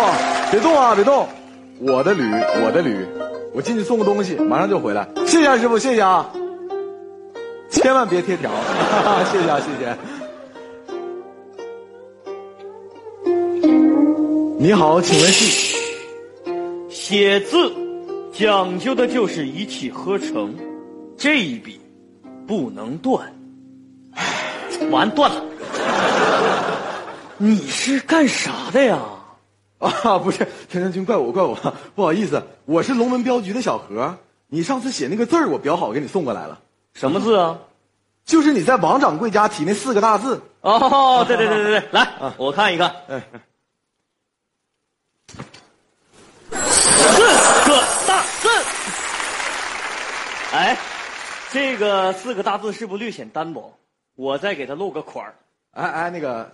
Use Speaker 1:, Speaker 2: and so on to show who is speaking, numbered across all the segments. Speaker 1: 啊，别动，我的驴，我的驴，我进去送个东西，马上就回来。谢谢啊，师傅，谢谢啊，千万别贴条， 谢谢啊，谢谢。你好，请问是？
Speaker 2: 写字讲究的就是一气呵成，这一笔不能断。唉完断了。你是干啥的呀？
Speaker 1: 啊，不是，田山君，怪我，怪我，不好意思，我是龙门镖局的小何。你上次写那个字儿，我裱好给你送过来了，
Speaker 2: 什么字啊？
Speaker 1: 就是你在王掌柜家提那四个大字。
Speaker 2: 哦，对对对对对，来，我看一看。
Speaker 1: 哎，
Speaker 2: 四个大字。哎，这个四个大字是不是略显单薄？我再给他露个款儿。
Speaker 1: 哎哎，那个，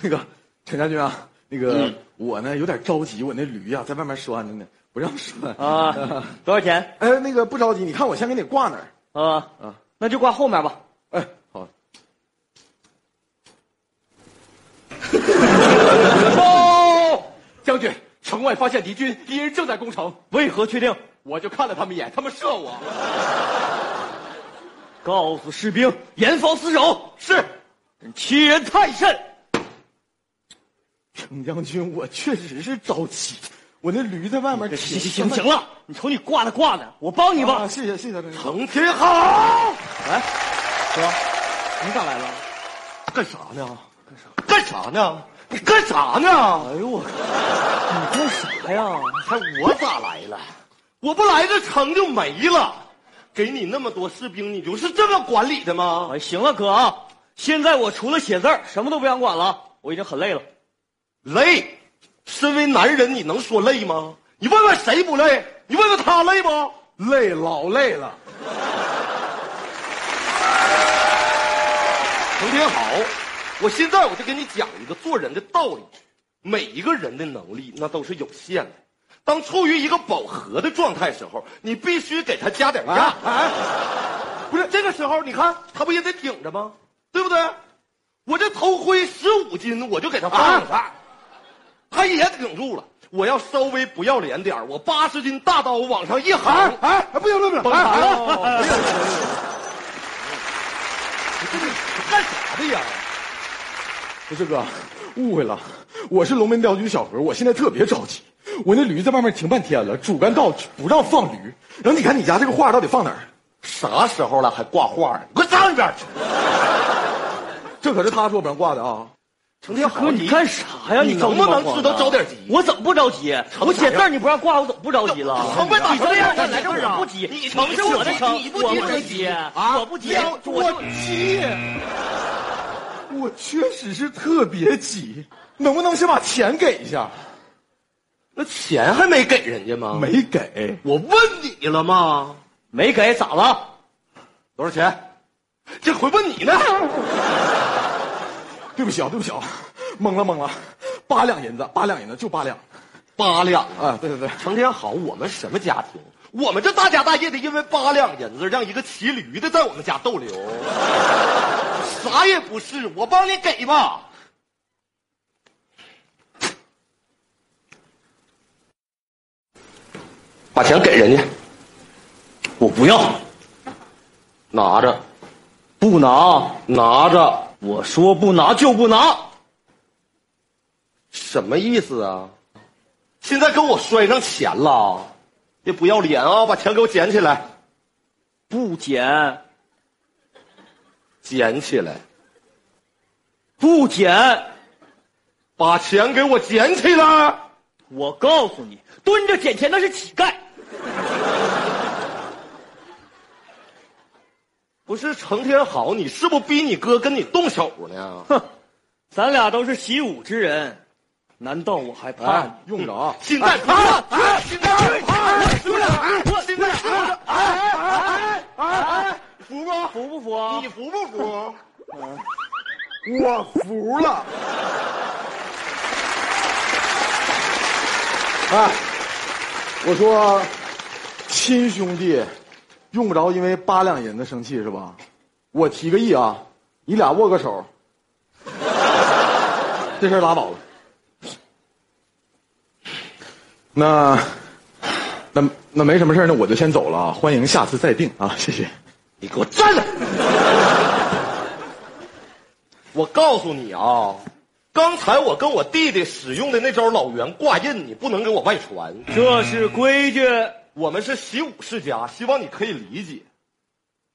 Speaker 1: 那个陈将军啊，那个、
Speaker 2: 嗯
Speaker 1: 我呢有点着急，我那驴啊在外面拴着呢，不让拴
Speaker 2: 啊。多少钱？
Speaker 1: 哎，那个不着急，你看我先给你挂那儿。
Speaker 2: 啊
Speaker 1: 啊，
Speaker 2: 那就挂后面吧。
Speaker 1: 哎，好，
Speaker 2: 哦
Speaker 3: 报！将军，城外发现敌军，敌人正在攻城，
Speaker 2: 为何确定？
Speaker 3: 我就看了他们一眼，他们射我。
Speaker 2: 告诉士兵严防死守。
Speaker 3: 是，
Speaker 2: 欺人太甚！
Speaker 1: 陈将军，我确实是着急，我那驴在外面提。
Speaker 2: 行行行行了，你瞅你挂的挂的，我帮你吧
Speaker 1: 啊，。谢谢谢谢陈将军。
Speaker 3: 成天好，
Speaker 2: 哎，哥，你咋来了？
Speaker 3: 干啥呢？干啥？干啥呢？你干啥呢？
Speaker 2: 哎呦我，你干啥呀？
Speaker 3: 还我咋来了？我不来，这城就没了。给你那么多士兵，你就是这么管理的吗？
Speaker 2: 哎，行了，哥啊，现在我除了写字儿，什么都不想管了，我已经很累了。
Speaker 3: 累，身为男人，你能说累吗？你问问谁不累？你问问他累不？
Speaker 1: 累，老累了。
Speaker 3: 成天好，我现在我就给你讲一个做人的道理。每一个人的能力那都是有限的，当处于一个饱和的状态时候，你必须给他加点压。不是这个时候，你看他不也得挺着吗？对不对？我这头盔十五斤，我就给他放了，他也挺住了。我要稍微不要脸点儿我八十斤大刀往上一
Speaker 1: 哎
Speaker 3: 横，
Speaker 1: 哎，哎不行不行不行！
Speaker 3: 崩
Speaker 1: 哎
Speaker 3: 盘
Speaker 1: 哎
Speaker 3: 了。哎呀你这是干啥的呀？
Speaker 1: 不是哥，误会了，我是龙门镖局小何，我现在特别着急，我那驴在外面停半天了，主干道不让放驴，然后你看你家这个画到底放哪儿？
Speaker 3: 啥时候了还挂画呢？给我站一边去！
Speaker 1: 这可是他说不让挂的啊！
Speaker 3: 成天
Speaker 2: 哥，你干啥呀？
Speaker 3: 你
Speaker 2: 着急
Speaker 3: 能不能
Speaker 2: 忙慌
Speaker 3: 知道
Speaker 2: 的
Speaker 3: 着点急
Speaker 2: 我啊怎么不着急？我写字儿你不让挂，我怎么不着急了？
Speaker 3: 成不了
Speaker 2: 你这样
Speaker 3: 成不了
Speaker 2: 干来这啊
Speaker 3: 成
Speaker 2: 我不急，
Speaker 3: 你
Speaker 2: 城是我的城，
Speaker 3: 你不急
Speaker 2: 我不
Speaker 3: 谁
Speaker 2: 急
Speaker 3: 急
Speaker 2: 啊，我不急，我就
Speaker 1: 急，我确实是特别急，能不能先把钱给一下？
Speaker 3: 那钱还没给人家吗？，
Speaker 1: 没给，
Speaker 3: 我问你了吗？
Speaker 2: 没给咋了？
Speaker 3: 多少钱？这回问你呢。
Speaker 1: 对不起啊，对不起啊，懵了懵了，八两银子，八两银子就八两
Speaker 3: 八两啊！
Speaker 1: 啊！对对对，
Speaker 3: 成天好，我们什么家庭？我们这大家大业的，因为八两银子让一个骑驴的在我们家逗留，啥也不是。我帮你给吧。把钱给人家，
Speaker 2: 我不要，
Speaker 3: 拿着，
Speaker 2: 不拿。
Speaker 3: 拿着。
Speaker 2: 我说不拿就不拿，
Speaker 3: 什么意思啊？现在跟我摔上钱了，别不要脸啊！把钱给我捡起来，
Speaker 2: 不捡
Speaker 3: 捡起来，
Speaker 2: 不捡，
Speaker 3: 把钱给我捡起来！
Speaker 2: 我告诉你，蹲着捡钱那是乞丐。
Speaker 3: 不是成天好，你是不是逼你哥跟你动手呢？
Speaker 2: 哼，咱俩都是习武之人，难道我还怕你？
Speaker 1: 哎，用着啊。
Speaker 3: 现在啊趴着，现在趴着，兄弟，啊现在趴着，哎哎哎哎，服不？
Speaker 2: 服不服啊？
Speaker 3: 你服不服？
Speaker 1: 我服了。哎，我说，亲兄弟，用不着因为八两银子生气是吧？我提个议啊，你俩握个手，这事儿拉倒了。那，那那没什么事儿那我就先走了啊，欢迎下次再定啊，谢谢。
Speaker 3: 你给我站着！ 我告诉你啊，刚才我跟我弟弟使用的那招老袁挂印，你不能给我外传。
Speaker 2: 这是规矩。
Speaker 3: 我们是习武世家，希望你可以理解。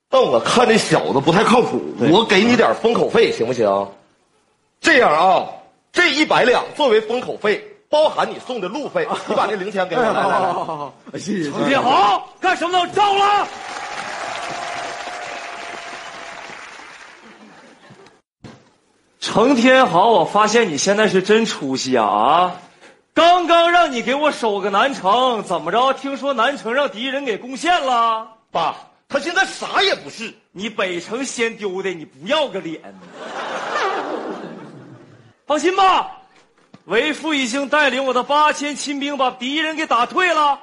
Speaker 3: 但我看这小子不太靠谱，我给你点封口费行不行？这样啊，这一百两作为封口费，包含你送的路 费，你把这零钱给我。来哎来来，
Speaker 1: 好好好，谢谢。
Speaker 2: 别好，干什么呢？我照了。程天豪，我发现你现在是真出息啊啊！刚刚让你给我守个南城，怎么着？听说南城让敌人给攻陷了？
Speaker 3: 爸，他现在啥也不是。
Speaker 2: 你北城先丢的，你不要个脸呢？放心吧，为父已经带领我的八千亲兵把敌人给打退了。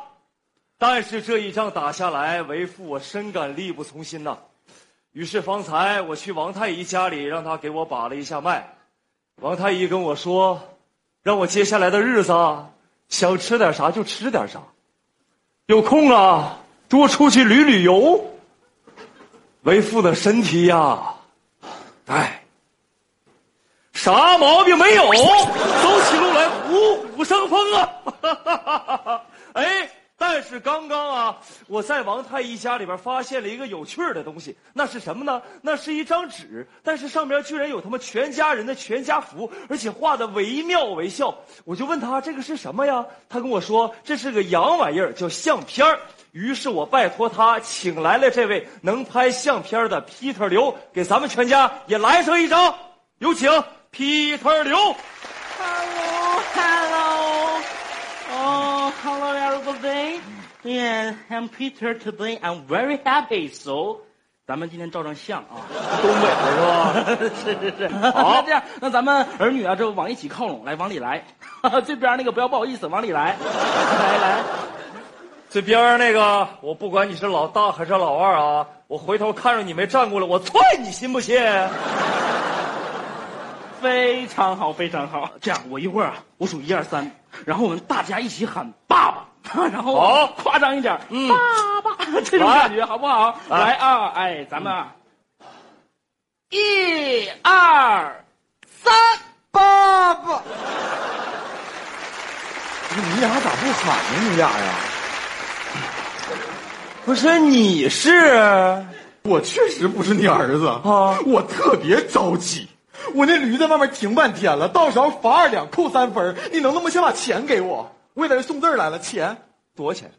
Speaker 2: 但是这一仗打下来，为父我深感力不从心呐、于是方才我去王太医家里，让他给我把了一下脉。王太医跟我说，让我接下来的日子啊想吃点啥就吃点啥，有空啊多出去旅旅游。为父的身体呀、哎，啥毛病没有，走起路来虎虎生风啊！ 哎，但是刚刚啊，我在王太医家里边发现了一个有趣儿的东西，那是什么呢？那是一张纸，但是上边居然有他们全家人的全家福，而且画的惟妙惟肖。我就问他这个是什么呀？他跟我说这是个洋玩意儿，叫相片儿。于是我拜托他请来了这位能拍相片儿的 Peter 刘，给咱们全家也来上一张。有请 Peter 刘。
Speaker 4: Hello, hello. Oh, hello everybody. Yes, I'm Peter. Today I'm very happy. So，咱们今天照张相啊，
Speaker 2: 东北的是吧？
Speaker 4: 是是是。
Speaker 2: 好
Speaker 4: 这样，那咱们儿女啊，这往一起靠拢，来往里来。 这边那个不要不好意思，往里 来，来来。
Speaker 2: 这边儿那个，我不管你是老大还是老二啊，我回头看着你没站过来，我踹你，信不信？
Speaker 4: 非常好，非常好。这样，我一会儿啊，我数一二三，然后我们大家一起喊爸 爸，然后
Speaker 2: 好
Speaker 4: 夸张一点，嗯，爸爸 这种
Speaker 2: 来
Speaker 4: 感觉好不好？
Speaker 2: 来
Speaker 4: 来啊，哎，咱们啊，一二三，爸爸。
Speaker 1: 你俩咋不喊呢？你俩呀？
Speaker 2: 不是，你是？
Speaker 1: 我确实不是你儿子
Speaker 2: 啊
Speaker 1: 我特别着急。我那驴在外面停半天了，到时候罚二两扣三分儿，你能不能先把钱给我？我也在这送字儿来了，钱
Speaker 2: 多少钱？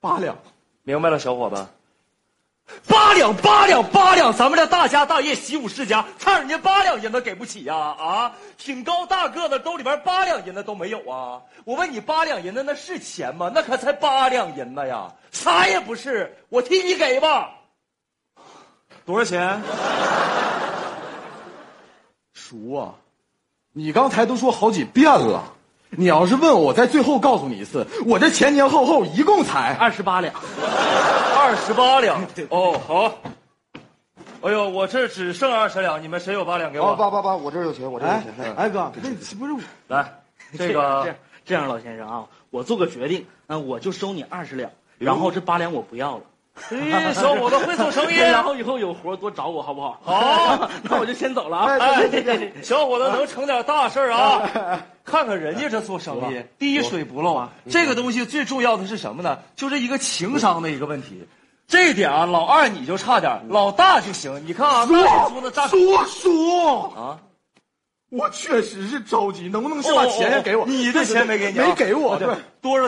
Speaker 1: 八两。
Speaker 2: 明白了，小伙子。八两八两八两，咱们这大家大业习武世家，差人家八两银子给不起呀、啊？挺高大个子，兜里边八两银子都没有啊！我问你，八两银子那是钱吗？那可才八两银子呀，啥也不是。我替你给吧。多少钱？
Speaker 1: 叔啊，你刚才都说好几遍了，你要是问我，我再最后告诉你一次，我这前前后后一共才
Speaker 4: 二十八两，
Speaker 2: 二十八两。哦，好。哎呦，我这只剩二十两，你们谁有八两给我？
Speaker 3: 八八八，我这儿有钱，我这儿有钱。
Speaker 1: 哎哥，那是不是我
Speaker 2: 来，这
Speaker 4: 这
Speaker 2: 个
Speaker 4: 样这样，老先生啊，我做个决定，嗯、我就收你二十两，然后这八两我不要了。
Speaker 2: 哎小伙子会做 生意
Speaker 4: 然后以后有活多找我好不好？
Speaker 2: 好，
Speaker 4: 那我就先走了啊。
Speaker 2: 哎，小伙子能成点大事儿啊！ 看看人家这做生意，滴水不漏啊。这个东西最重要的是什么呢？就是一个情商的一个问题。这一点啊，老二你就差点，老大就行。你看啊，那俩
Speaker 1: 叔
Speaker 2: 珠子大
Speaker 1: 叔叔
Speaker 2: 啊，哦
Speaker 1: 我确实是着急，能不能先把钱给我？
Speaker 2: 你的钱没给你啊，
Speaker 1: 没给我，
Speaker 2: 哦
Speaker 1: 对
Speaker 2: 对，多少？